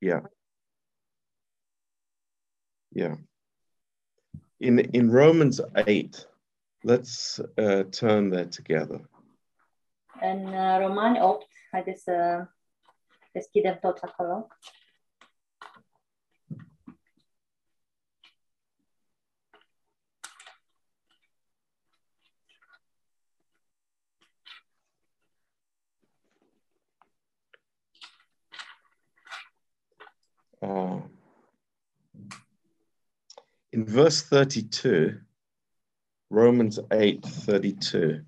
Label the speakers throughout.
Speaker 1: Yeah. Yeah. In in Romans 8, let's uh, turn there together.
Speaker 2: În uh, Romani 8, haideți să deschidem tot acolo.
Speaker 1: Uh, in verse 32, Romans 8 32,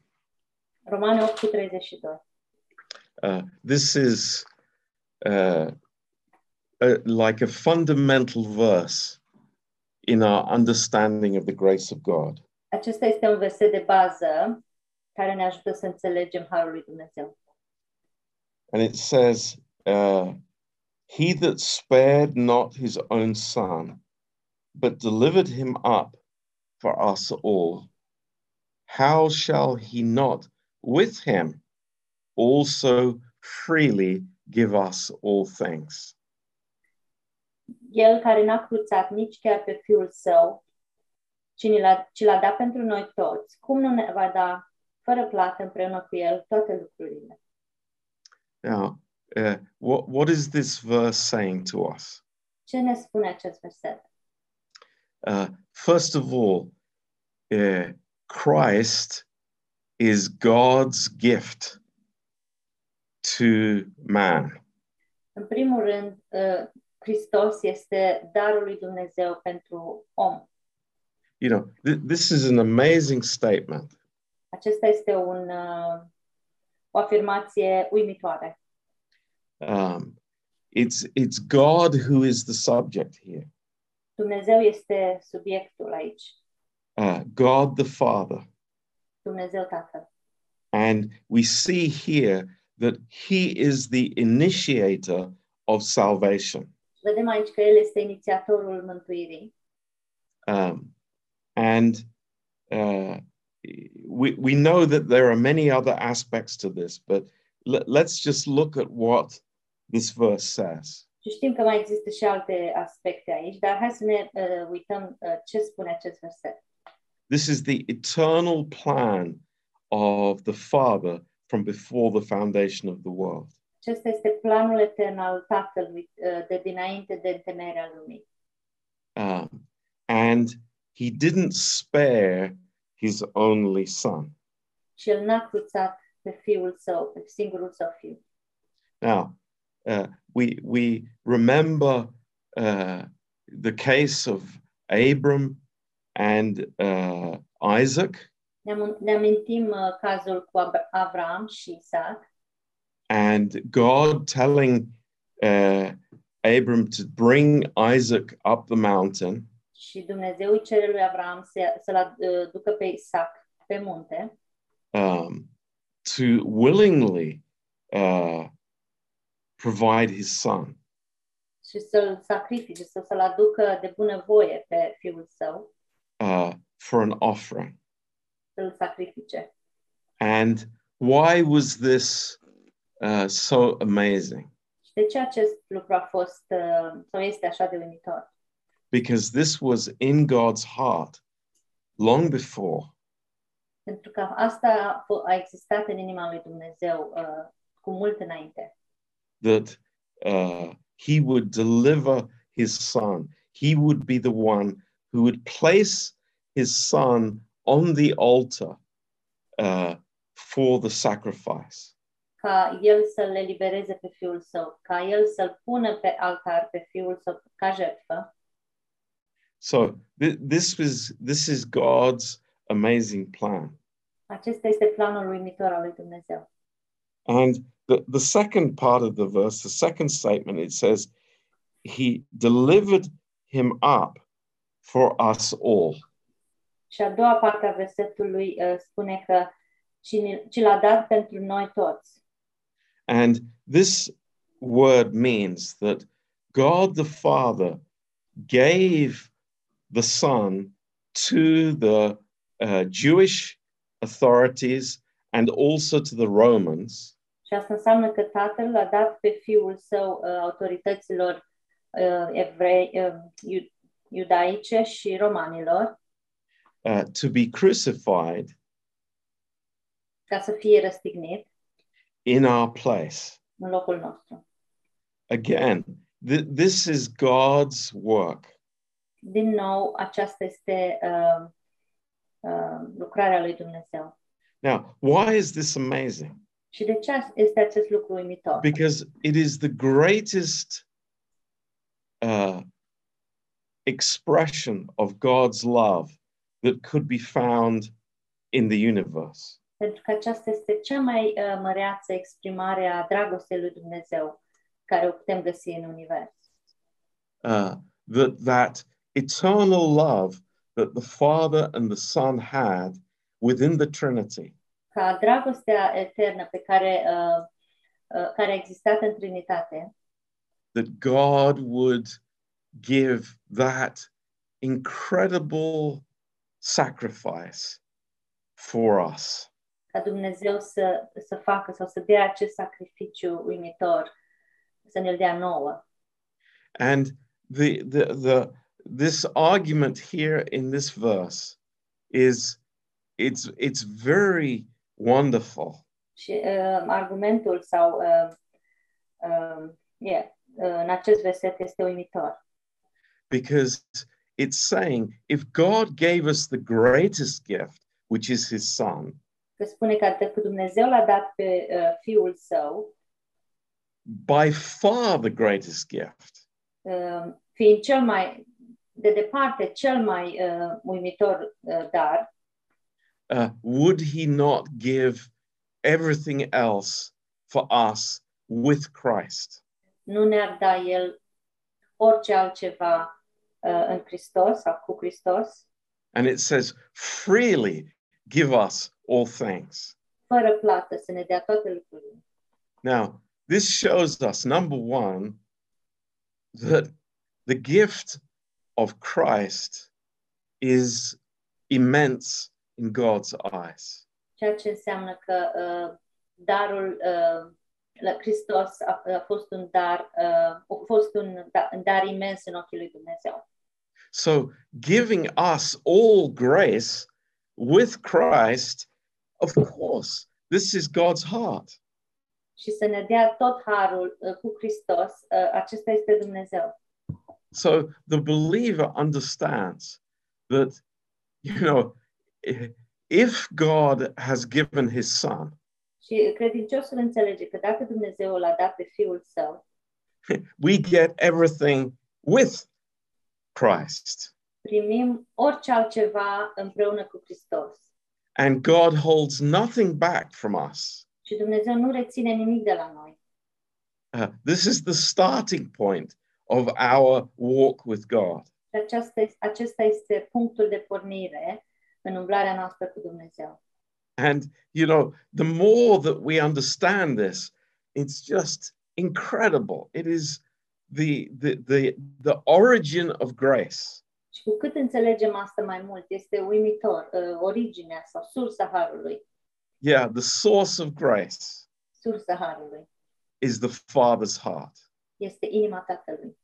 Speaker 2: Romani 8 cu 32.
Speaker 1: uh, this is uh, a, like a fundamental verse in our understanding of the grace of God.
Speaker 2: Acesta este un verset de bază care ne ajută să înțelegem Harul lui Dumnezeu.
Speaker 1: And it says, uh, He that spared not his own son, but delivered him up for us all, how shall he not with him also freely give us all things?
Speaker 2: El care n-a cruțat nici chiar pe Fiul Său, ci ni l-a- ci l-a dat pentru noi toți, cum nu ne va da fără plată împreună cu El toate lucrurile?
Speaker 1: Now, uh, what, what is this verse saying to us?
Speaker 2: Ce ne spune acest verset?
Speaker 1: Uh, first of all, uh, Christ is God's gift to man.
Speaker 2: În primul rând, uh, Hristos este darul lui Dumnezeu pentru om.
Speaker 1: You know, th- this is an amazing statement.
Speaker 2: Acesta este un, uh, o afirmație uimitoare.
Speaker 1: Um, it's it's God who is the subject here.
Speaker 2: Dumnezeu este subiectul aici,
Speaker 1: Uh, God the Father,
Speaker 2: Dumnezeu Tatăl.
Speaker 1: and we see here that He is the initiator of salvation.
Speaker 2: Vedem aici că El este inițiatorul mântuirii
Speaker 1: Um, and uh, we, we know that there are many other aspects to this, but le- let's just look at what this verse says.
Speaker 2: și știm că mai există și alte aspecte aici, dar hai să ne uh, uităm uh, ce spune acest verset.
Speaker 1: This is the eternal plan of the Father from before the foundation of the world.
Speaker 2: Acesta este planul etern al Tatălui uh, de dinainte de întemeierea lumii.
Speaker 1: Um, and he didn't spare his only son.
Speaker 2: Și El n-a cruțat pe Fiul Său, pe singurul Său Fiu.
Speaker 1: Now, uh, we, we remember uh, the case of Abram and uh, Isaac,
Speaker 2: Ne, am- ne amintim uh, cazul cu Ab- Avram și Isaac
Speaker 1: and God telling uh, Abram to bring Isaac up the mountain.
Speaker 2: și Dumnezeu îi cere lui Avram să, să-l ad- uh, ducă pe Isaac pe munte
Speaker 1: um, to willingly uh, provide his son.
Speaker 2: și să-l sacrifice, să, să-l aducă de bunăvoie pe fiul său,
Speaker 1: uh, for an offering.
Speaker 2: să-l sacrifice.
Speaker 1: And why was this uh, so amazing?
Speaker 2: Și de ce acest lucru a fost uh, sau este așa de uimitor?
Speaker 1: Because this was in God's heart long before,
Speaker 2: Pentru că asta a f- a existat în inima lui Dumnezeu uh, cu mult înainte,
Speaker 1: that uh, he would deliver his son. He would be the one who would place his son on the altar uh, for the sacrifice.
Speaker 2: ca el să-l elibereze pe fiul său, ca el să-l pună pe altar pe fiul său ca jertfă
Speaker 1: So thi- this was this is God's amazing plan.
Speaker 2: Acesta este planul uimitor al lui Dumnezeu.
Speaker 1: And the, the second part of the verse, the second statement, it says, He delivered him up for us all.
Speaker 2: Și a doua parte a versetului uh, spune că cine, ci l-a dat pentru noi toți.
Speaker 1: And this word means that God the Father gave the Son to the uh, Jewish authorities and also to the Romans
Speaker 2: Și asta înseamnă că tatăl l-a dat pe fiul său uh, autorităților uh, evrei, uh, iu- iudaice și romanilor
Speaker 1: uh, to be crucified
Speaker 2: ca să fie răstignit
Speaker 1: in our place.
Speaker 2: în locul nostru.
Speaker 1: Again, th- this is God's work.
Speaker 2: Din nou, aceasta este uh, uh, lucrarea lui Dumnezeu.
Speaker 1: Now, why is this amazing?
Speaker 2: Și de ce este acest lucru uimitor?
Speaker 1: Because it is the greatest uh, expression of God's love that could be found in the universe.
Speaker 2: Pentru că aceasta este cea mai uh, măreață exprimare a dragostei lui Dumnezeu care o putem găsi în univers.
Speaker 1: Uh, that that eternal love that the Father and the Son had within the Trinity
Speaker 2: Ca dragostea eternă pe care, uh, uh, care a existat în Trinitate,
Speaker 1: that God would give that incredible sacrifice for us.
Speaker 2: ca Dumnezeu să, să facă sau să dea acest sacrificiu uimitor, să ne-l dea nouă.
Speaker 1: And the, the, the, this argument here in this verse is it's, it's very wonderful
Speaker 2: Și uh, argumentul sau uh, uh, yeah, uh, în acest verset este uimitor.
Speaker 1: because it's saying if God gave us the greatest gift, which is his son,
Speaker 2: Că spune că atât cât Dumnezeu l-a dat pe uh, Fiul Său,
Speaker 1: by far the greatest gift,
Speaker 2: uh, fiind cel mai, de departe, cel mai uh, uimitor uh, dar,
Speaker 1: uh, would he not give everything else for us with Christ?
Speaker 2: nu ne-ar da El orice altceva uh, în Hristos sau cu Hristos,
Speaker 1: And it says, freely give us all things.
Speaker 2: fără plată, să ne dea toate lucrurile.
Speaker 1: Now, this shows us, number one, that the gift of Christ is immense in God's eyes.
Speaker 2: ceea ce înseamnă că uh, darul uh, la Hristos a, a fost un dar, uh, a fost un, da, un dar imens în ochii lui Dumnezeu.
Speaker 1: So, giving us all grace with Christ, of course, this is God's heart.
Speaker 2: Și să ne dea tot harul uh, cu Hristos, uh, acesta este Dumnezeu.
Speaker 1: So the believer understands that, you know, i- if God has given his son,
Speaker 2: Și credinciosul înțelege că dacă Dumnezeu l-a dat pe Fiul Său,
Speaker 1: we get everything with Christ.
Speaker 2: primim orice altceva împreună cu Hristos.
Speaker 1: And God holds nothing back from us.
Speaker 2: Și Dumnezeu nu reține nimic de la noi.
Speaker 1: Uh, this is the starting point of our walk with God.
Speaker 2: Și aceasta, este- acesta este punctul de pornire în umblarea noastră cu Dumnezeu.
Speaker 1: And, you know, the more that we understand this, it's just incredible. It is the, the, the, the origin of grace.
Speaker 2: Și cu cât înțelegem asta mai mult, este uimitor uh, originea sau sursa harului.
Speaker 1: Yeah, the source of grace
Speaker 2: Sursa harului
Speaker 1: is the Father's heart.
Speaker 2: este inima Tatălui.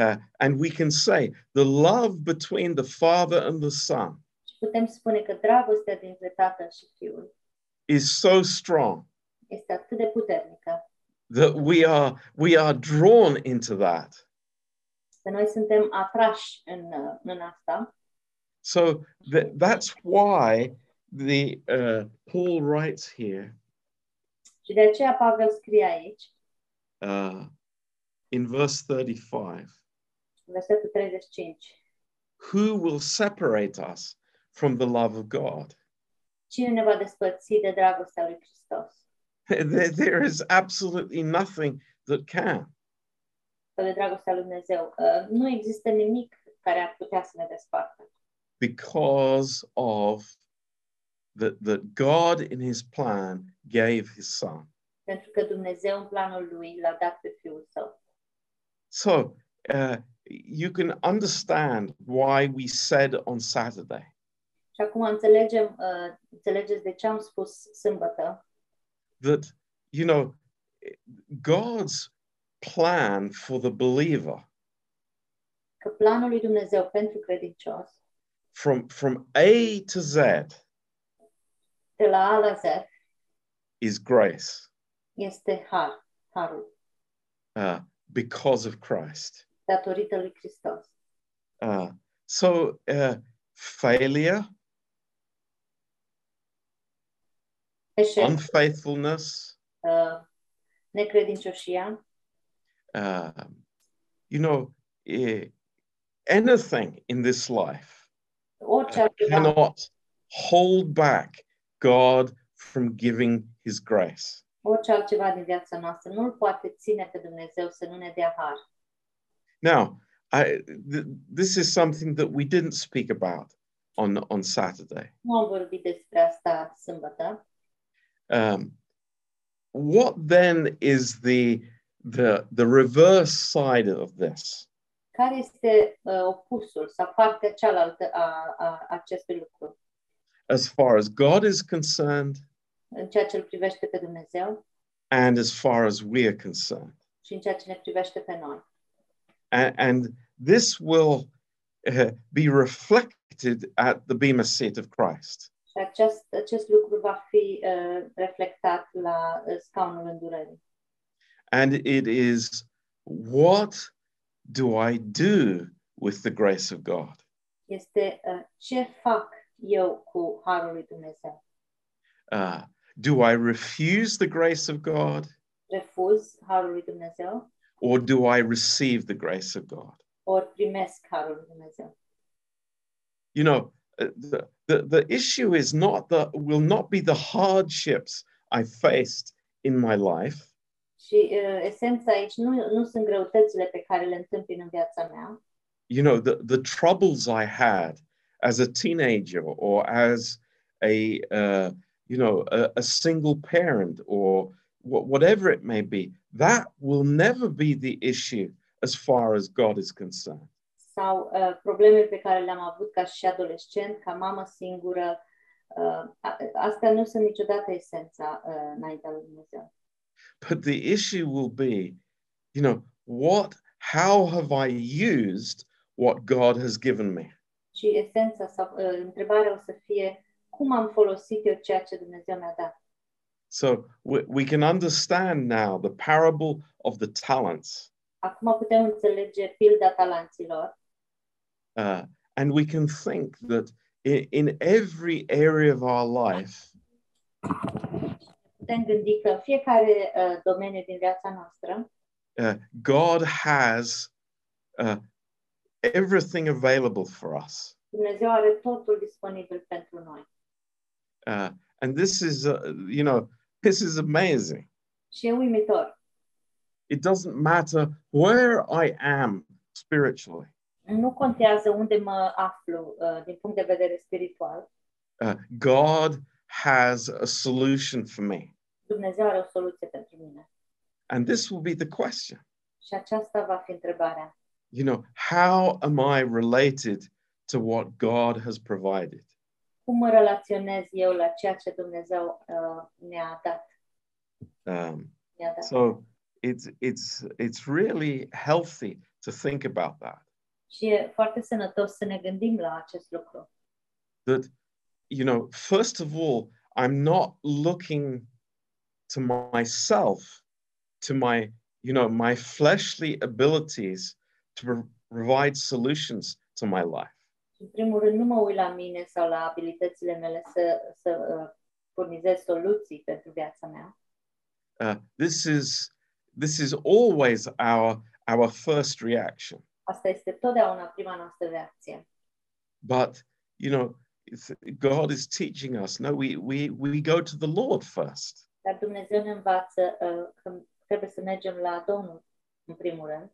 Speaker 1: Uh, and we can say the love between the Father and the Son
Speaker 2: Și putem spune că dragostea dintre Tatăl și Fiul
Speaker 1: is so strong
Speaker 2: este atât de puternică
Speaker 1: that we are, we are drawn into that.
Speaker 2: că noi suntem atrași în, uh, în asta.
Speaker 1: So th- that's why the uh, Paul writes here
Speaker 2: Și de aceea Pavel scrie aici,
Speaker 1: uh, in verse 35
Speaker 2: în versetul 35,
Speaker 1: who will separate us from the love of God?
Speaker 2: cine ne va despărți de dragostea lui Hristos?
Speaker 1: there, there is absolutely nothing that can.
Speaker 2: Sau de dragostea lui Dumnezeu? Uh, nu există nimic care ar putea să ne despartă.
Speaker 1: because of that that God in his plan gave his son.
Speaker 2: Pentru că Dumnezeu în planul lui l-a dat pe Fiul Său.
Speaker 1: So uh, you can understand why we said on Saturday
Speaker 2: Și acum înțelegem, uh, înțelegeți de ce am spus sâmbătă,
Speaker 1: that you know God's plan for the believer
Speaker 2: că planul lui Dumnezeu pentru credincios,
Speaker 1: from from A to Z
Speaker 2: de la A la Z,
Speaker 1: is grace
Speaker 2: este har, harul,
Speaker 1: uh, because of Christ.
Speaker 2: datorită lui Hristos.
Speaker 1: Uh, so uh, failure,
Speaker 2: Eșec,
Speaker 1: unfaithfulness,
Speaker 2: uh, necredincioșia,
Speaker 1: um, you know, eh, anything in this life
Speaker 2: orice altceva
Speaker 1: cannot hold back God from giving His grace.
Speaker 2: Orice altceva din viața noastră nu-l poate ține pe Dumnezeu să nu ne dea har.
Speaker 1: Now, I, th- this is something that we didn't speak about on on Saturday.
Speaker 2: Nu am vorbit despre asta sâmbătă.
Speaker 1: Um, what then is the the the reverse side of this?
Speaker 2: Care este uh, opusul sau partea cealaltă a, a acestui lucru?
Speaker 1: As far as God is concerned,
Speaker 2: În ceea ce îl privește pe Dumnezeu
Speaker 1: and as far as we are concerned.
Speaker 2: și în ceea ce ne privește pe noi.
Speaker 1: A- and this will uh, be reflected at the Bema Seat of Christ.
Speaker 2: Și acest, acest lucru va fi uh, reflectat la uh, scaunul îndurării.
Speaker 1: And it is what do I do with the grace of God?
Speaker 2: Este uh, ce fac eu cu harul lui Dumnezeu?
Speaker 1: Uh, do I refuse the grace of God
Speaker 2: Refuz harul lui Dumnezeu
Speaker 1: or do I receive the grace of God?
Speaker 2: ori primesc harul lui Dumnezeu?
Speaker 1: You know, uh, the, the, the issue is not the will not be the hardships I faced in my life.
Speaker 2: Și uh, esența aici nu, nu sunt greutățile pe care le întâmpin în viața mea,
Speaker 1: you know the, the troubles i had as a teenager or as a uh, you know a, a single parent or wh- whatever it may be that will never be the issue as far as god is concerned
Speaker 2: sau uh, probleme pe care le-am avut ca și adolescent, ca mamă singură, uh, a- astea nu sunt niciodată esența uh, înaintea lui Dumnezeu.
Speaker 1: but the issue will be you know what how have i used what god has given me
Speaker 2: Și esența sau uh, întrebarea o să fie cum am folosit eu ceea ce Dumnezeu mi-a dat.
Speaker 1: so we, we can understand now the parable of the talents
Speaker 2: Acum putem înțelege pilda talanților
Speaker 1: Uh, and we can think that in, in every area of our life,
Speaker 2: putem gândi că în fiecare uh, domeniu din viața noastră,
Speaker 1: uh, God has uh, everything available for us.
Speaker 2: Dumnezeu are totul disponibil pentru noi.
Speaker 1: Uh, and this is, uh, you know, this is amazing.
Speaker 2: Și e uimitor.
Speaker 1: It doesn't matter where I am spiritually,
Speaker 2: Nu contează unde mă aflu uh, din punct de vedere spiritual,
Speaker 1: uh, God has a solution for me.
Speaker 2: Dumnezeu are o soluție pentru mine.
Speaker 1: And this will be the question,
Speaker 2: Și aceasta va fi întrebarea.
Speaker 1: you know, how am I related to what God has provided?
Speaker 2: Cum mă relaționez eu la ceea ce Dumnezeu uh, mi-a dat?
Speaker 1: Um,
Speaker 2: Mi-a dat.
Speaker 1: So it's it's it's really healthy to think about that.
Speaker 2: Și e foarte sănătos să ne gândim la acest lucru.
Speaker 1: That you know, first of all, I'm not looking to myself, to my you know my fleshly abilities to pro- provide solutions to my life.
Speaker 2: În primul rând, nu mă uit la mine sau la abilitățile mele să, să uh, furnizez soluții pentru viața mea.
Speaker 1: Uh, this is this is always our our first reaction.
Speaker 2: Asta este totdeauna prima noastră reacție.
Speaker 1: But you know, it's- God is teaching us. No, we we we go to the Lord first.
Speaker 2: Dar Dumnezeu ne învață uh, că trebuie să mergem la Domnul, în primul rând.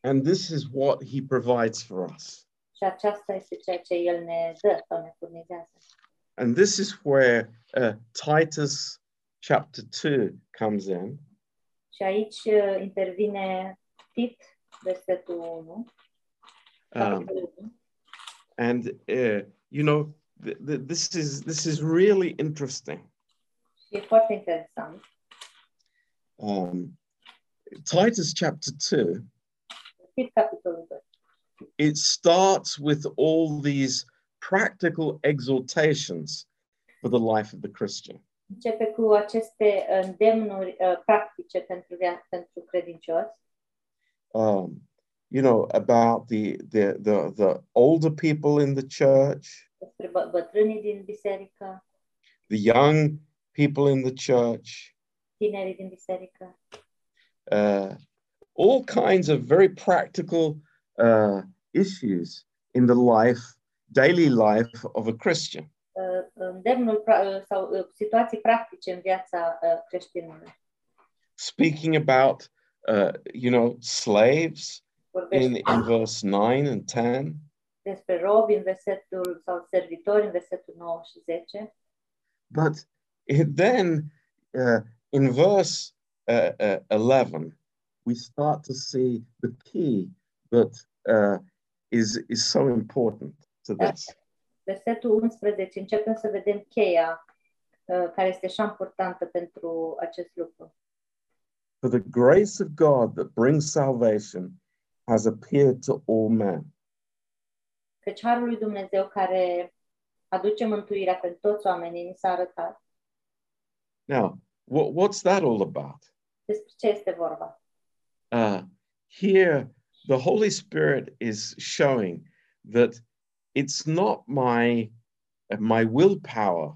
Speaker 1: And this is what he provides for us.
Speaker 2: Și aceasta este ceea ce El ne dă sau ne furnizează.
Speaker 1: And this is where uh, Titus chapter 2 comes in.
Speaker 2: Și aici uh, intervine Tit, versetul 1.
Speaker 1: Um,
Speaker 2: capitolul 1.
Speaker 1: and, uh, you know, th- th- this, is, this is really interesting.
Speaker 2: Și e foarte interesant.
Speaker 1: Um, Titus chapter 2,
Speaker 2: Tit, capitolul 2.
Speaker 1: it starts with all these practical exhortations for the life of the Christian.
Speaker 2: Începe cu aceste îndemnuri uh, practice pentru, via- pentru credincios.
Speaker 1: Um, you know about the the the the older people in the church,
Speaker 2: despre bă- bătrânii din biserică,
Speaker 1: the young people in the church,
Speaker 2: tinerii din biserică,
Speaker 1: uh, all kinds of very practical uh, issues in the life, daily life of a Christian.
Speaker 2: uh, îndemnul pra- uh, sau uh, situații practice în viața uh, creștinului.
Speaker 1: speaking about uh, you know slaves in,
Speaker 2: Vorbește
Speaker 1: in verse 9 and 10
Speaker 2: despre robi în versetul sau servitori în versetul 9 și 10,
Speaker 1: but it then uh, in verse uh, uh, 11 we start to see the key that uh, is is so important to this
Speaker 2: versetul 11, începem să vedem cheia uh, care este așa importantă pentru acest lucru.
Speaker 1: for the grace of god that brings salvation has appeared to all men
Speaker 2: Căci harul lui Dumnezeu care aduce mântuirea pentru toți oamenii ni s-a arătat.
Speaker 1: now what, what's that all about
Speaker 2: Despre ce este vorba?
Speaker 1: uh, here the Holy Spirit is showing that it's not my my willpower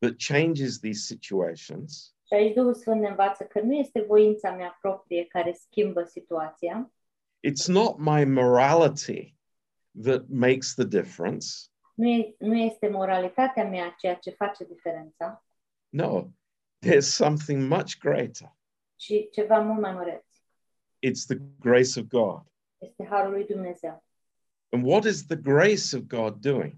Speaker 1: that changes these situations,
Speaker 2: Și aici Duhul Sfânt ne învață că nu este voința mea proprie care schimbă situația,
Speaker 1: it's not my morality that makes the difference.
Speaker 2: nu, e, nu este moralitatea mea ceea ce face diferența,
Speaker 1: No, there's something much greater.
Speaker 2: ci ceva mult mai măreț.
Speaker 1: It's the grace of God.
Speaker 2: Este harul lui Dumnezeu.
Speaker 1: And what is the grace of God doing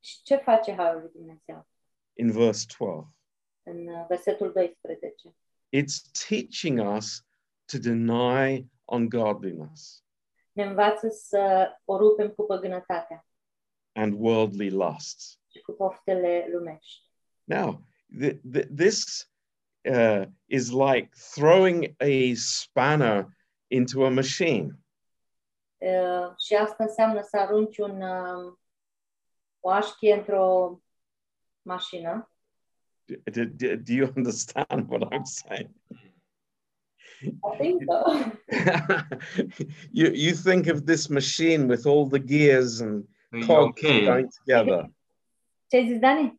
Speaker 2: Și ce face harul lui Dumnezeu?
Speaker 1: in verse 12?
Speaker 2: În uh, versetul 12.
Speaker 1: It's teaching us to deny ungodliness.
Speaker 2: Ne învață să o rupem cu păgânătatea
Speaker 1: and worldly lusts.
Speaker 2: și cu poftele lumești.
Speaker 1: Now, th- th- this uh, is like throwing a spanner into a machine.
Speaker 2: Uh, și asta înseamnă să arunci un, uh, o așchie într-o mașină.
Speaker 1: D- d- d- do you understand what I'm saying?
Speaker 2: I think so.
Speaker 1: you, you think of this machine with all the gears and
Speaker 3: E
Speaker 1: cogs
Speaker 3: ok,
Speaker 1: going together.
Speaker 2: Ce ai zis, Dani?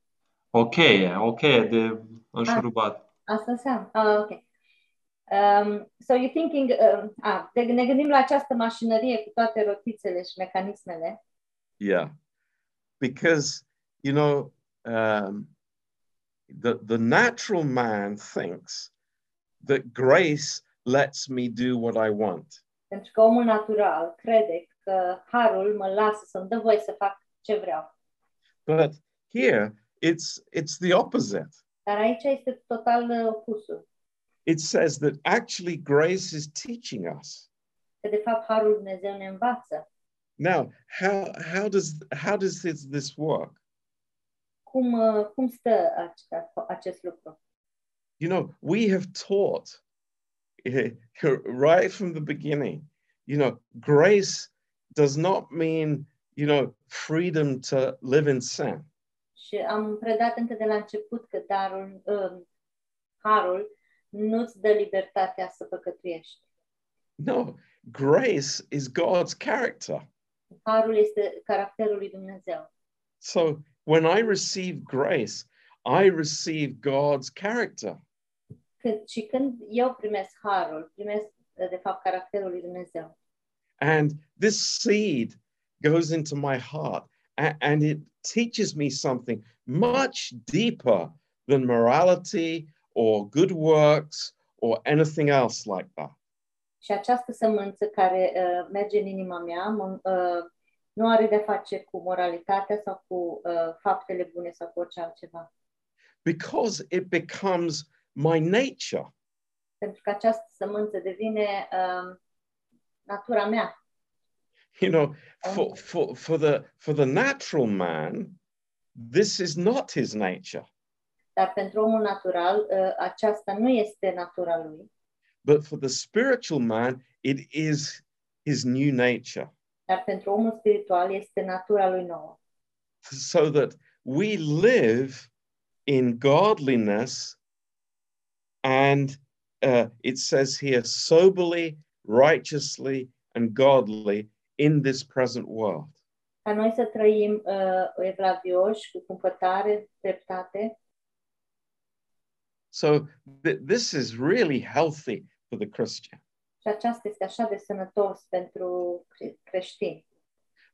Speaker 3: ok, ok, de înșurubat.
Speaker 2: Asta înseamnă. Ah, ok. Um, so you're thinking, um, ah, de, ne gândim la această mașinărie cu toate rotițele și mecanismele,
Speaker 1: Yeah. Because, you know, um, the, the natural man thinks that grace lets me do what I want.
Speaker 2: pentru că omul natural crede că harul mă lasă să-mi dă voie să fac ce vreau.
Speaker 1: But here it's it's the opposite.
Speaker 2: Dar aici este total uh, opusul,
Speaker 1: It says that actually grace is teaching us.
Speaker 2: că de fapt harul lui Dumnezeu ne învață
Speaker 1: Now, how how does how does this, this work?
Speaker 2: cum, uh, cum stă acesta, acest lucru.
Speaker 1: You know, we have taught eh, right from the beginning, you know, grace does not mean, you know, freedom to live in sin.
Speaker 2: Și am predat încă de la început că darul, um, harul nu-ți dă libertatea să păcătuiești.
Speaker 1: No, grace is God's character.
Speaker 2: Harul este caracterul lui Dumnezeu.
Speaker 1: So when I receive grace, I receive God's character.
Speaker 2: Când, și când eu primesc harul, primesc de fapt caracterul lui Dumnezeu.
Speaker 1: And this seed goes into my heart a- and it teaches me something much deeper than morality or good works or anything else like that.
Speaker 2: Și această sămânță care uh, merge în inima mea mă, uh, nu are de-a face cu moralitatea sau cu uh, faptele bune sau cu orice altceva.
Speaker 1: Because it becomes my nature.
Speaker 2: Pentru că această sămânță devine uh, natura mea.
Speaker 1: You know, for, for, for, the, for the natural man, this is not his nature.
Speaker 2: Dar pentru omul natural, uh, aceasta nu este natura lui.
Speaker 1: But for the spiritual man, it is his new nature.
Speaker 2: dar pentru omul spiritual este natura lui nouă,
Speaker 1: so that we live in godliness and uh, it says here soberly, righteously, and godly in this present world.
Speaker 2: ca noi să trăim uh, evlavioși, cu cumpătare, dreptate.
Speaker 1: So th- this is really healthy for the Christian.
Speaker 2: Și aceasta este așa de sănătos pentru cre- creștini,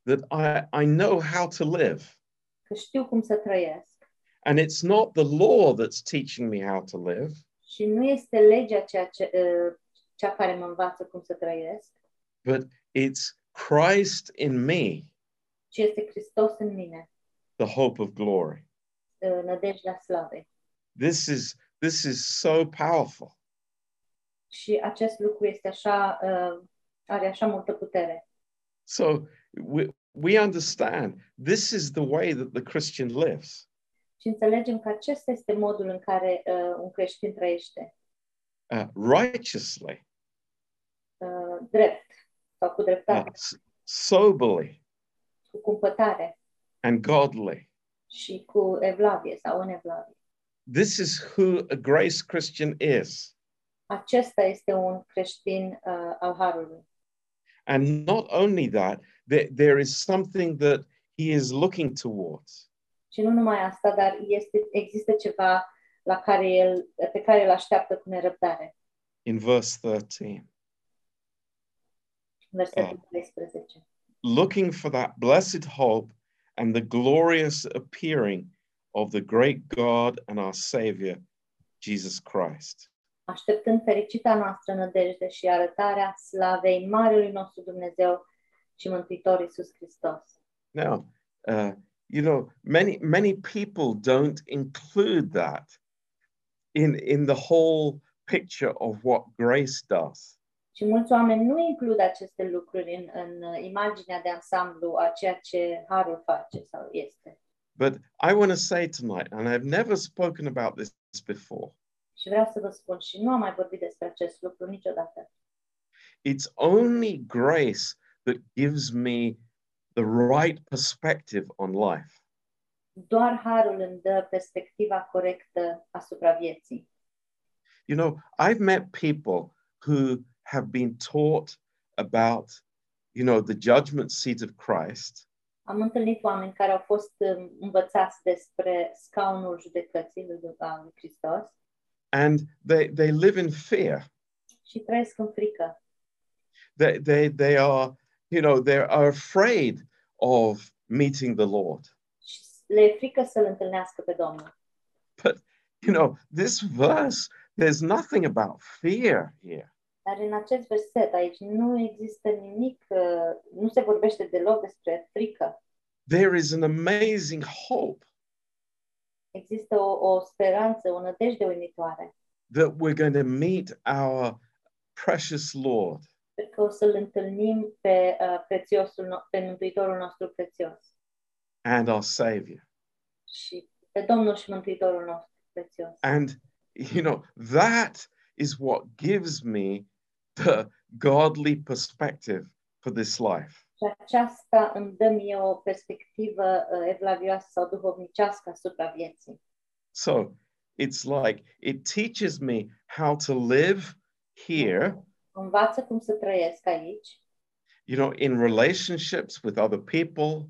Speaker 1: that I, I know how to live.
Speaker 2: că știu cum să trăiesc.
Speaker 1: And it's not the law that's teaching me how to live,
Speaker 2: Și nu este legea ceea ce, uh, cea care mă învață cum să trăiesc,
Speaker 1: but it's Christ in me,
Speaker 2: ci este Hristos în mine,
Speaker 1: the hope of glory.
Speaker 2: uh, nădejdea slavei.
Speaker 1: This is this is so powerful.
Speaker 2: Și acest lucru este așa, uh, are așa multă putere.
Speaker 1: So we we understand this is the way that the Christian lives.
Speaker 2: Și înțelegem că acesta este modul în care uh, un creștin trăiește,
Speaker 1: uh, righteously,
Speaker 2: uh, drept sau cu
Speaker 1: uh,
Speaker 2: dreptate,
Speaker 1: s- soberly,
Speaker 2: cu cumpătare
Speaker 1: and godly.
Speaker 2: și cu evlavie sau în evlavie.
Speaker 1: This is who a grace Christian is.
Speaker 2: Acesta este un creștin uh, al Harului.
Speaker 1: And not only that, there, there is something that he is looking towards.
Speaker 2: Și nu numai asta, dar este, există ceva la care el, pe care îl așteaptă cu nerăbdare.
Speaker 1: In verse 13,
Speaker 2: Versetul 13.
Speaker 1: looking for that blessed hope and the glorious appearing of the great God and our Savior, Jesus Christ.
Speaker 2: Așteptând fericita noastră nădejde și arătarea slavei Marelui nostru Dumnezeu și Mântuitor Iisus Hristos.
Speaker 1: Now, uh, you know, many many people don't include that in in the whole picture of what grace does.
Speaker 2: Și mulți oameni nu includ aceste lucruri în, în uh, imaginea de ansamblu a ceea ce Harul face sau este.
Speaker 1: But I want to say tonight, and I've never spoken about this before.
Speaker 2: Și vreau să vă spun, și nu am mai vorbit despre acest lucru niciodată,
Speaker 1: It's only grace that gives me the right perspective on life.
Speaker 2: doar harul îmi dă perspectiva corectă asupra vieții.
Speaker 1: You know, I've met people who have been taught about, you know, the judgment seat of Christ,
Speaker 2: Am întâlnit oameni care au fost um, învățați despre scaunul judecății lui al lui Hristos
Speaker 1: and they they live in fear.
Speaker 2: și trăiesc în frică.
Speaker 1: They they they are, you know, they are afraid of meeting the Lord.
Speaker 2: Și le e frică să-L întâlnească pe Domnul.
Speaker 1: You know, this verse, there's nothing about fear here.
Speaker 2: Dar în acest verset aici nu există nimic, uh, nu se vorbește deloc despre frică.
Speaker 1: There is an amazing hope
Speaker 2: Există o, o speranță, o nădejde uimitoare,
Speaker 1: that we're going to meet our precious Lord.
Speaker 2: pentru că o să-L întâlnim pe uh, prețiosul, no- pe Mântuitorul nostru prețios.
Speaker 1: and our savior
Speaker 2: și pe Domnul și Mântuitorul nostru prețios.
Speaker 1: and you know that is what gives me the godly perspective for this life
Speaker 2: Și aceasta îmi dă mie o perspectivă uh, evlavioasă sau duhovnicească asupra vieții.
Speaker 1: so it's like it teaches me how to live here
Speaker 2: Învață cum să trăiesc aici,
Speaker 1: you know in relationships with other people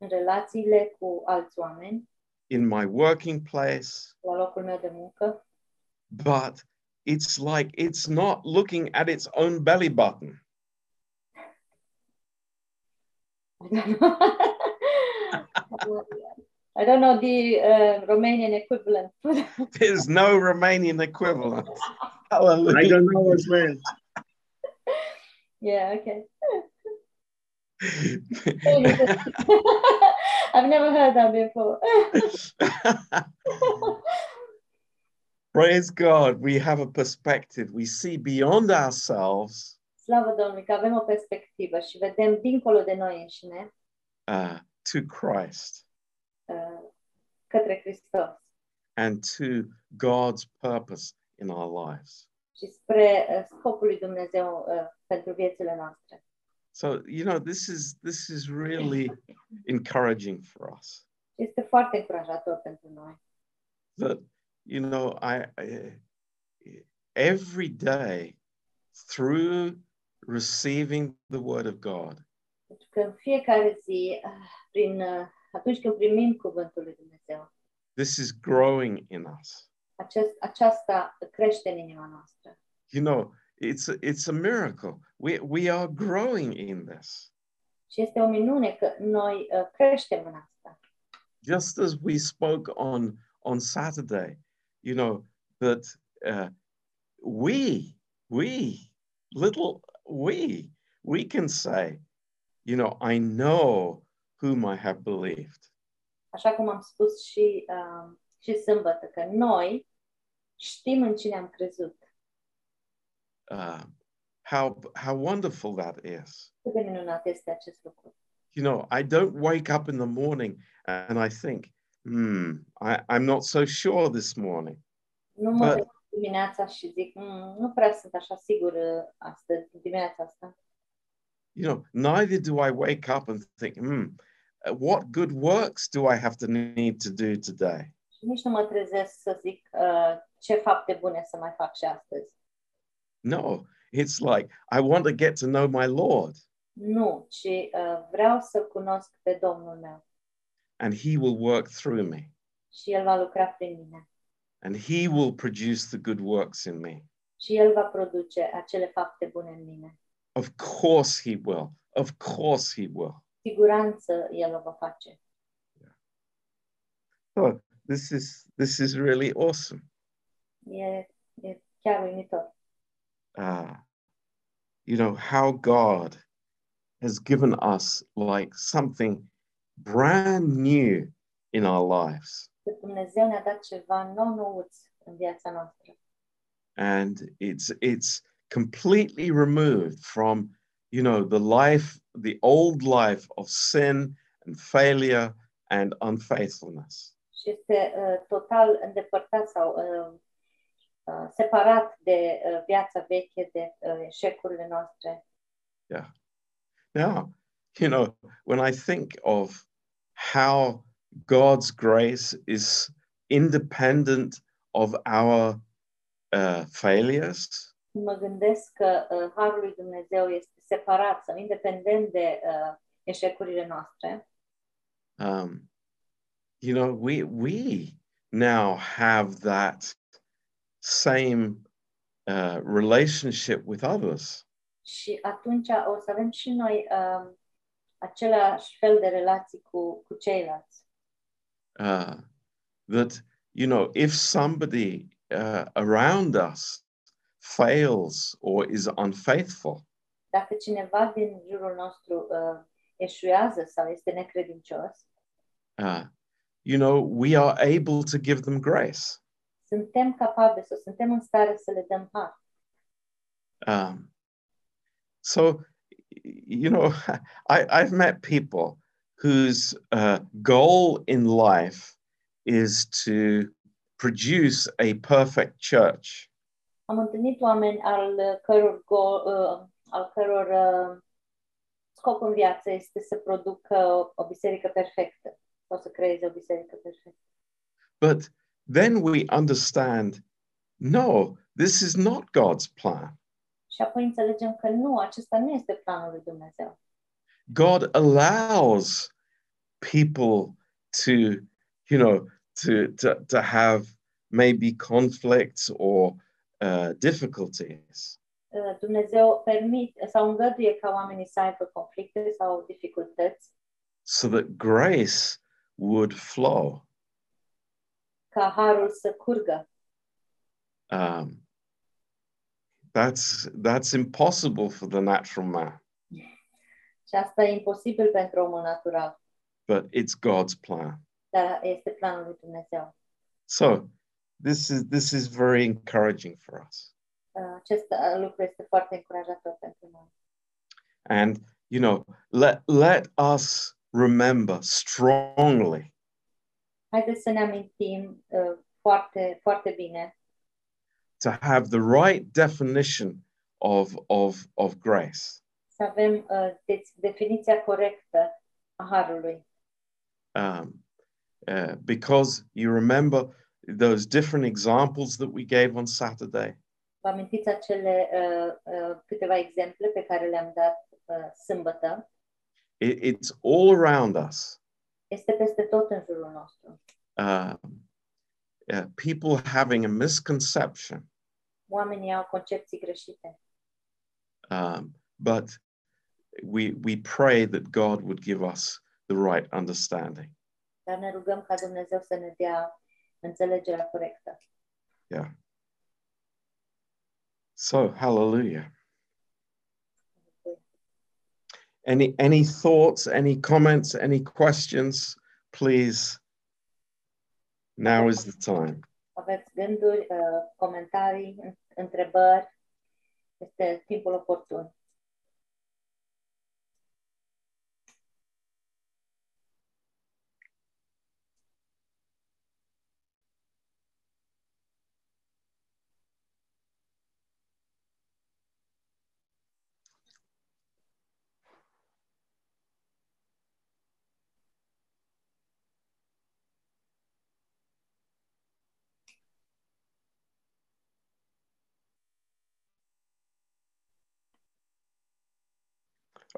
Speaker 2: în relațiile cu alți oameni,
Speaker 1: in my working place
Speaker 2: la locul meu de muncă,
Speaker 1: but it's like it's not looking at its own belly button
Speaker 2: I don't know the uh, Romanian equivalent.
Speaker 1: there's no romanian equivalent Hallelujah.
Speaker 4: I don't know as well.
Speaker 2: yeah, okay. I've never heard that before.
Speaker 1: Praise God, we have a perspective. We see beyond ourselves
Speaker 2: Slavă Domnului că avem o perspectivă și vedem dincolo de noi înșine
Speaker 1: uh, to Christ
Speaker 2: uh, către Hristos
Speaker 1: and to God's purpose in our lives.
Speaker 2: și spre uh, scopul lui Dumnezeu uh, pentru viețile noastre.
Speaker 1: So, you know, this is this is really encouraging for us
Speaker 2: Este foarte încurajator pentru noi.
Speaker 1: that you know, I, I every day through receiving the word of God,
Speaker 2: Pentru că în fiecare zi, ah, prin, uh, atunci când primim Cuvântul lui Dumnezeu,
Speaker 1: this is growing in us.
Speaker 2: acest, aceasta crește în inima noastră.
Speaker 1: You know, it's a, it's a miracle. We we are growing in this.
Speaker 2: Și este o minune că noi uh, creștem în asta.
Speaker 1: just as we spoke on on Saturday, you know that uh, we we little we we can say, you know, I know whom I have believed.
Speaker 2: Așa cum am spus și, uh, și sâmbătă, că noi știm în cine am crezut.
Speaker 1: Uh, how how wonderful that is.
Speaker 2: Cât de minunat este acest lucru.
Speaker 1: You know, I don't wake up in the morning and I think, hmm, I, I'm not so sure this morning.
Speaker 2: Nu mă
Speaker 1: Bă.
Speaker 2: trezesc dimineața și zic, "Mm, nu prea sunt așa sigur uh, astăzi, dimineața asta.
Speaker 1: you know, neither do I wake up and think, hmm, uh, what good works do I have to need to do today?
Speaker 2: Și nici nu mă trezesc să zic uh, ce fapte bune să mai fac și astăzi.
Speaker 1: No, it's like, I want to get to know my Lord
Speaker 2: Nu, ci uh, vreau să cunosc pe Domnul meu
Speaker 1: and He will work through me
Speaker 2: și El va lucra prin mine
Speaker 1: and He will produce the good works in me.
Speaker 2: și El va produce acele fapte bune în mine.
Speaker 1: Of course He will. Of course He will.
Speaker 2: siguranță el o va face.
Speaker 1: So this is this is really awesome.
Speaker 2: E, e chiar uimitor.
Speaker 1: Uh, you know how God has given us like something brand new in our lives.
Speaker 2: Că Dumnezeu ne-a dat ceva nou nouț în viața noastră
Speaker 1: and it's it's completely removed from you know the life the old life of sin and failure and unfaithfulness
Speaker 2: și este uh, total îndepărtat sau uh, uh, separat de uh, viața veche, de uh, eșecurile noastre.
Speaker 1: now you know when i think of how god's grace is independent of our uh, failures
Speaker 2: Când Mă gândesc că uh, harul lui Dumnezeu este separat sau independent de uh, eșecurile noastre.
Speaker 1: um, you know we we now have that same uh, relationship with others
Speaker 2: Și atunci o să avem și noi uh, același fel de relații cu, cu ceilalți.
Speaker 1: uh, that you know if somebody uh, around us fails or is unfaithful
Speaker 2: dacă cineva din jurul nostru uh, eșuează sau este necredincios,
Speaker 1: uh, you know we are able to give them grace
Speaker 2: suntem capabili sau suntem în stare să le dăm har.
Speaker 1: um, so you know I, i've met people whose uh, goal in life is to produce a perfect church
Speaker 2: Am întâlnit oameni al uh, căror, go, uh, al căror uh, scop în viață este să producă o, o biserică perfectă sau să creeze o biserică perfectă.
Speaker 1: But then we understand no, this is not God's plan.
Speaker 2: Și apoi înțelegem că nu, acesta nu este planul lui Dumnezeu.
Speaker 1: God allows people to, you know, to, to, to have maybe conflicts or uh, difficulties.
Speaker 2: Uh, Dumnezeu permite sau îngăduie ca oamenii să aibă conflicte sau dificultăți
Speaker 1: So that grace would flow.
Speaker 2: ca harul să curgă
Speaker 1: Um, that's, that's impossible for the natural man,
Speaker 2: Și asta e imposibil pentru omul natural,
Speaker 1: but it's God's plan.
Speaker 2: dar este planul lui Dumnezeu.
Speaker 1: So this is, this is very encouraging for us.
Speaker 2: Uh, Acest uh, lucru este foarte încurajator pentru noi.
Speaker 1: And you know, let let us remember strongly
Speaker 2: Haideți să ne amintim uh, foarte, foarte bine
Speaker 1: to have the right definition of of of grace.
Speaker 2: să avem uh, deci, definiția corectă a harului.
Speaker 1: um, uh, because you remember those different examples that we gave on Saturday.
Speaker 2: Vă amintiți acele uh, uh, câteva exemple pe care le-am dat uh, sâmbătă?
Speaker 1: It- it's all around us.
Speaker 2: Este peste tot în jurul nostru.
Speaker 1: Um, uh, people having a misconception,
Speaker 2: Oamenii au concepții greșite,
Speaker 1: um, but we we pray that God would give us the right understanding.
Speaker 2: dar ne rugăm ca Dumnezeu să ne dea înțelegerea corectă.
Speaker 1: So hallelujah. Any any thoughts, any comments, any questions? Please. Now is the time.
Speaker 2: Aveți gânduri, uh, comentarii, în- întrebări? Este timpul oportun.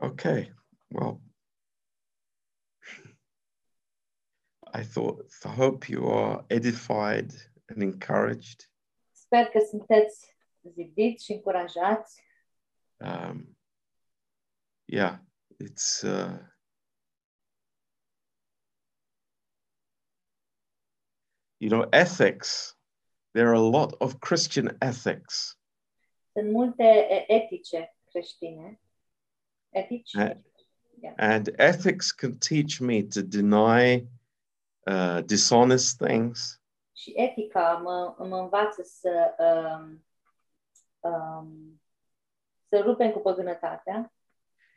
Speaker 1: Okay, well, I thought, I hope you are edified and encouraged.
Speaker 2: Sper că sunteți zidiți și încurajați.
Speaker 1: Um, yeah, it's uh, you know ethics. There are a lot of Christian ethics,
Speaker 2: Sunt multe e, etice creștine. Etici?
Speaker 1: Eh. and ethics can teach me to deny uh, dishonest things.
Speaker 2: Și etica mă, mă învață să um, um, să rupem cu păgânătatea,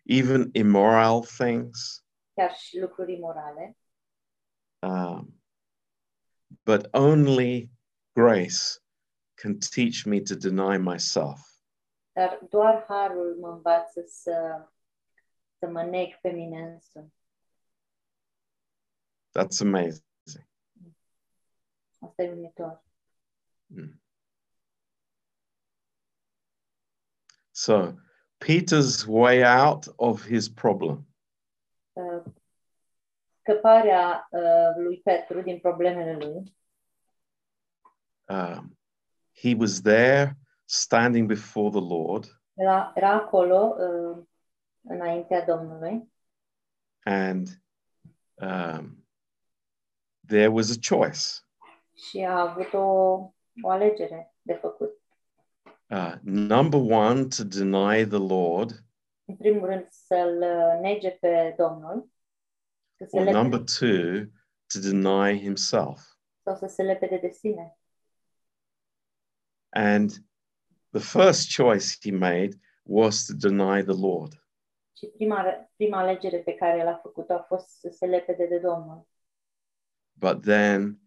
Speaker 1: even immoral things.
Speaker 2: chiar și lucruri imorale,
Speaker 1: Um, but only grace can teach me to deny myself.
Speaker 2: dar doar harul mă învață să să mă neg pe mine însumi.
Speaker 1: That's amazing.
Speaker 2: Asta e uimitor.
Speaker 1: So, Peter's way out of his problem
Speaker 2: Uh, Scăparea uh, lui Petru din problemele lui.
Speaker 1: um, he was there standing before the Lord,
Speaker 2: Era, era acolo, uh, înaintea Domnului,
Speaker 1: and um, there was a choice
Speaker 2: și a avut o, o alegere de făcut.
Speaker 1: uh, number one, to deny the Lord,
Speaker 2: În primul rând, să-l uh, nege pe Domnul, să se
Speaker 1: or
Speaker 2: lepede,
Speaker 1: number two, to deny himself.
Speaker 2: sau să se lepede de sine.
Speaker 1: And the first choice he made was to deny the Lord.
Speaker 2: Și prima, prima alegere pe care l-a făcut-o a fost să se lepede de Domnul.
Speaker 1: But then,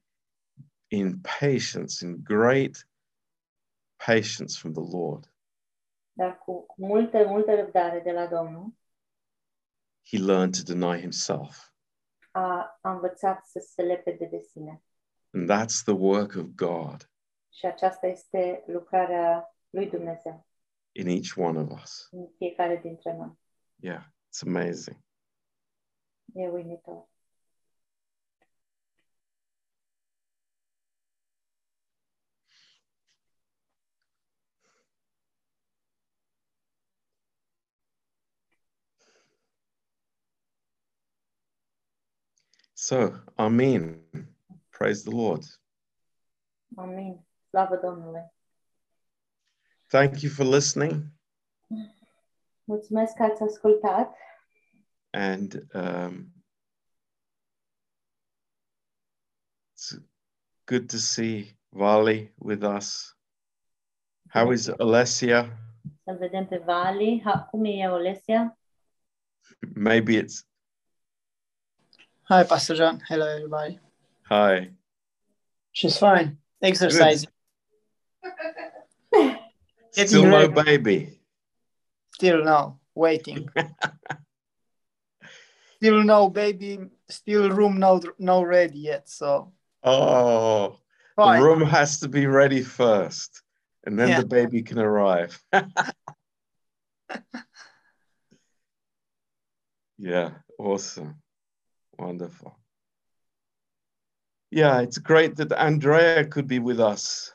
Speaker 1: in patience, in great patience from the Lord,
Speaker 2: Dar cu, cu multă, multă răbdare de la Domnul,
Speaker 1: he learned to deny himself.
Speaker 2: a, a învățat să se lepede de sine.
Speaker 1: And that's the work of God
Speaker 2: Și aceasta este lucrarea lui Dumnezeu
Speaker 1: in each one of us.
Speaker 2: în fiecare dintre noi.
Speaker 1: Yeah, it's amazing.
Speaker 2: E uimitor.
Speaker 1: So, Amen. Praise the Lord.
Speaker 2: Amin. Slavă Domnului.
Speaker 1: Thank you for listening.
Speaker 2: Mulțumesc că ați ascultat.
Speaker 1: And um, it's good to see Vali with us. How is Alessia?
Speaker 2: Să-l vedem pe Vali. Ha, cum e Olesia?
Speaker 1: Maybe it's
Speaker 4: Hi, Pastor John. Hello, everybody.
Speaker 1: hi.
Speaker 4: She's fine. Exercising. Getting
Speaker 1: Still no
Speaker 4: ready.
Speaker 1: baby.
Speaker 4: Still no. waiting. still no baby, still room no no ready yet. So
Speaker 1: Oh, the
Speaker 4: fine.
Speaker 1: room has to be ready first, and then
Speaker 4: Yeah.
Speaker 1: the baby can arrive. yeah, awesome. Wonderful. Yeah, it's great that Andrea could be with us.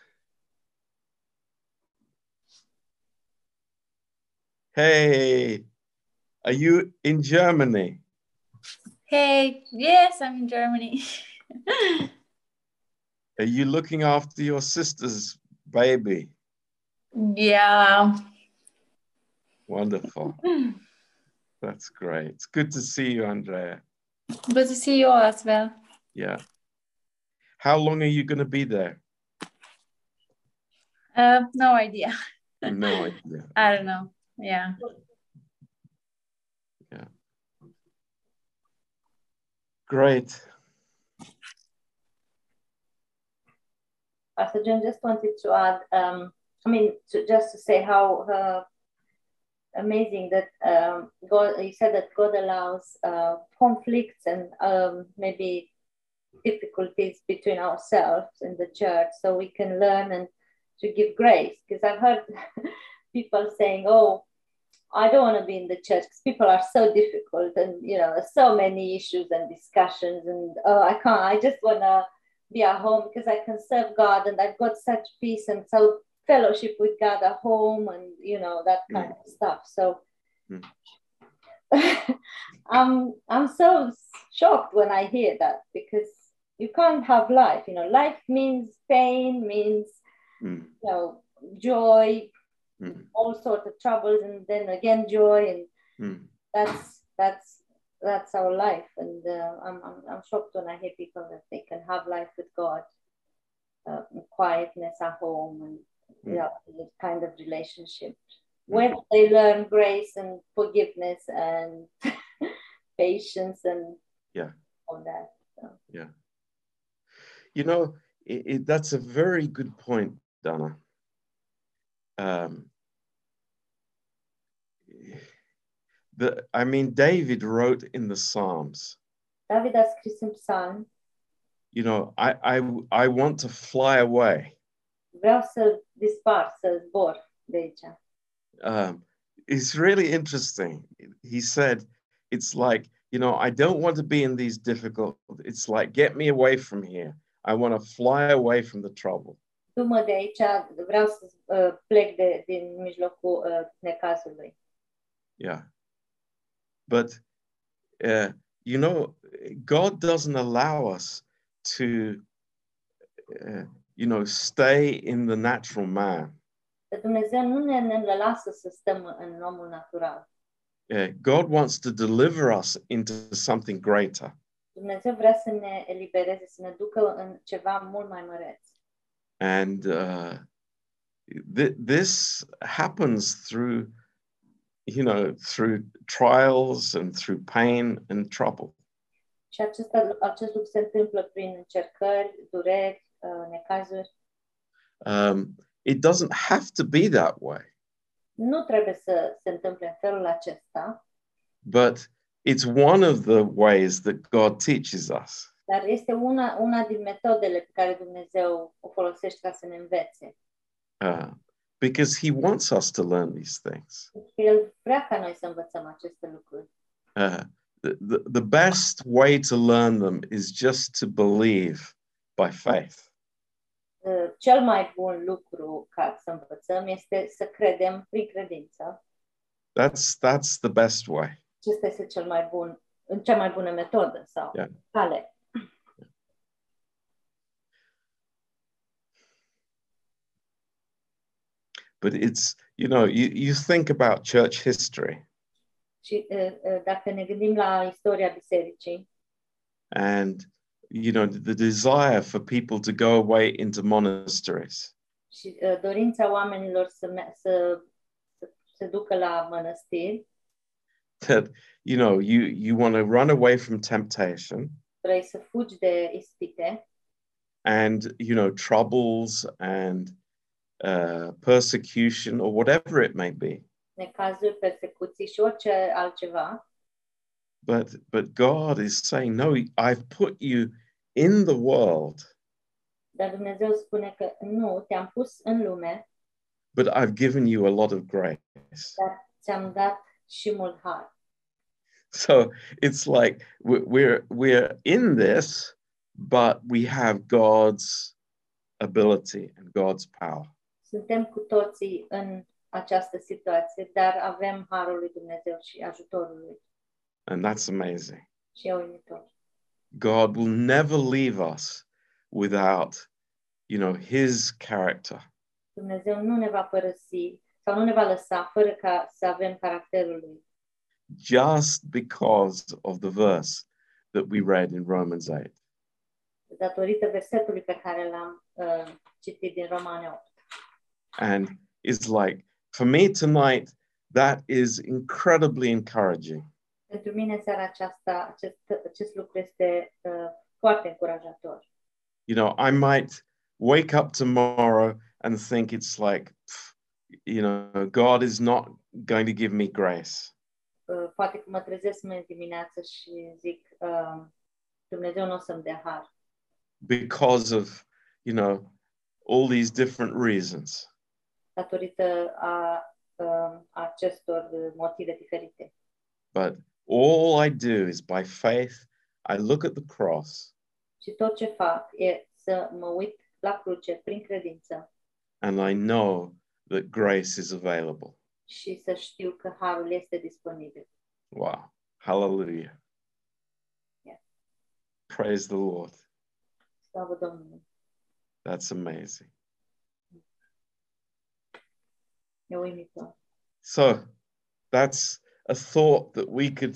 Speaker 1: Hey, are you in Germany?
Speaker 5: Hey, yes, I'm in Germany.
Speaker 1: Are you looking after your sister's baby?
Speaker 5: yeah.
Speaker 1: Wonderful. That's great. It's good to see you, Andrea.
Speaker 5: Good to see you all as well.
Speaker 1: Yeah. How long are you going to be there?
Speaker 5: Uh, no idea.
Speaker 1: No idea.
Speaker 5: I don't know. Yeah.
Speaker 1: Great.
Speaker 2: Pastor John just wanted to add, um, I mean, to, just to say how uh, amazing that um, God, you said that God allows uh, conflicts and um, maybe difficulties between ourselves and the church so we can learn and to give grace. Because I've heard people saying, oh, I don't want to be in the church because people are so difficult and, you know, there's so many issues and discussions and, oh, I can't, I just want to be at home because I can serve God and I've got such peace and so fellowship with God at home and you know that kind of stuff. So
Speaker 1: Mm.
Speaker 2: I'm I'm so shocked when I hear that because you can't have life. You know, life means pain, means
Speaker 1: Mm,
Speaker 2: you know joy,
Speaker 1: mm,
Speaker 2: all sorts of troubles, and then again joy, and
Speaker 1: mm.
Speaker 2: that's that's that's our life. And uh, I'm, I'm I'm shocked when I hear people that they can have life with God, uh, in quietness at home, and you
Speaker 1: Mm.
Speaker 2: know this kind of relationship. Whether they learn grace and forgiveness and patience and
Speaker 1: Yeah.
Speaker 2: all that.
Speaker 1: You know, i i that's a very good point, Donna. Um, the, I mean, David wrote in the Psalms,
Speaker 2: David a scris în psalm,
Speaker 1: you know, I, I, I want to fly away.
Speaker 2: vreau să dispar, să zbor de aici.
Speaker 1: um, it's really interesting. He said, it's like, you know, I don't want to be in these difficult, it's like, get me away from here. I want to fly away from the trouble.
Speaker 2: Du-mă de aici, vreau să uh, plec de, din mijlocul uh, necazului.
Speaker 1: Yeah. But, uh, you know, God doesn't allow us to, uh, you know, stay in the natural man.
Speaker 2: Că Dumnezeu nu ne, ne lasă să stăm în omul natural.
Speaker 1: Uh, God wants to deliver us into something greater.
Speaker 2: Dumnezeu vrea să ne elibereze, să ne ducă în ceva mult mai măreț.
Speaker 1: And uh, th- this happens through, you know, through trials and through pain and trouble.
Speaker 2: Și acesta, acest lucru se întâmplă prin încercări, dureri, uh, necazuri.
Speaker 1: Um, it doesn't have to be that way,
Speaker 2: Nu trebuie să se întâmple în felul acesta,
Speaker 1: but it's one of the ways that God teaches us.
Speaker 2: dar este una, una din metodele pe care Dumnezeu o folosește ca să ne învețe.
Speaker 1: Uh, because he wants us to learn these things.
Speaker 2: Pentru că El vrea ca noi să învățăm aceste lucruri.
Speaker 1: Uh, the, the, the best way to learn them is just to believe by faith.
Speaker 2: Uh, Cel mai bun lucru ca să învățăm este să credem prin credință.
Speaker 1: That's, that's the best way.
Speaker 2: Acesta este cel mai bun, în cea mai bună metodă sau
Speaker 1: Yeah.
Speaker 2: cale.
Speaker 1: but it's you know you, you think about church history
Speaker 2: Și uh, uh, dacă ne gândim la istoria bisericii
Speaker 1: and you know the desire for people to go away into monasteries
Speaker 2: și uh, dorința oamenilor să, me- să, să se ducă la mănăstiri,
Speaker 1: that you know you you want to run away from temptation
Speaker 2: vrei să fugi de ispite
Speaker 1: and you know troubles and uh, persecution or whatever it may be
Speaker 2: necazuri, persecuții și orice altceva.
Speaker 1: But but God is saying, no, I've put you in the world,
Speaker 2: Dar Dumnezeu spune că nu, te-am pus în lume,
Speaker 1: but I've given you a lot of grace.
Speaker 2: ți-am dat și mult har.
Speaker 1: So it's like we- we're we're in this, but we have God's ability and God's power.
Speaker 2: Suntem cu toții în această situație, dar avem harul lui Dumnezeu și ajutorul lui.
Speaker 1: And that's amazing.
Speaker 2: Și e uimitor.
Speaker 1: God will never leave us without, you know, his character.
Speaker 2: Dumnezeu nu ne va părăsi sau nu ne va lăsa fără ca să avem caracterul lui.
Speaker 1: Just because of the verse that we read in Romans 8.
Speaker 2: Datorită versetului pe care l-am uh, citit din Romane 8.
Speaker 1: And it's like, for me tonight, that is incredibly encouraging.
Speaker 2: Pentru mine în seara aceasta acest, acest lucru este uh, foarte încurajator.
Speaker 1: You know, I might wake up tomorrow and think it's like, pff, you know, God is not going to give me grace.
Speaker 2: Uh, poate că mă trezesc mâine dimineață și zic uh, Dumnezeu nu o să-mi dea har
Speaker 1: because of you know all these different reasons
Speaker 2: datorită a uh, acestor uh, motive diferite.
Speaker 1: but all i do is by faith i look at the cross
Speaker 2: Și tot ce fac e să mă uit la cruce prin credință
Speaker 1: and i know that grace is available
Speaker 2: și să știu că harul este disponibil.
Speaker 1: wow hallelujah
Speaker 2: Yeah.
Speaker 1: praise the lord
Speaker 2: Slavă Domnului!
Speaker 1: that's amazing
Speaker 2: E uimitor!
Speaker 1: so that's a thought that we could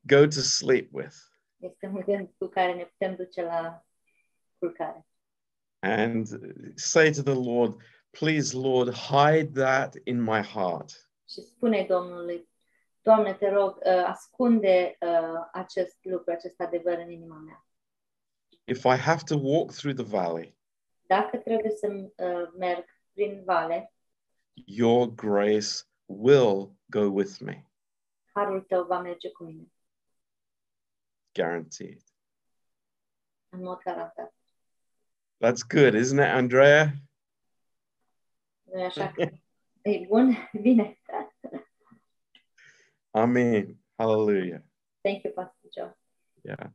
Speaker 1: go to sleep with
Speaker 2: Este un gând cu care ne putem duce la culcare.
Speaker 1: and say to the lord please lord hide that in my heart
Speaker 2: și spune Domnului, Doamne, te rog, uh, ascunde uh, acest lucru, acest adevăr în inima mea.
Speaker 1: if I have to walk through the valley,
Speaker 2: Dacă trebuie să uh, merg prin vale,
Speaker 1: your grace will go with me,
Speaker 2: harul tău va merge cu mine,
Speaker 1: guaranteed.
Speaker 2: în mod garantat.
Speaker 1: That's good, isn't it, Andrea?
Speaker 2: nu așa că e bun? Bine.
Speaker 1: Amen. Hallelujah.
Speaker 2: Thank you, Pastor Joe.
Speaker 1: Yeah.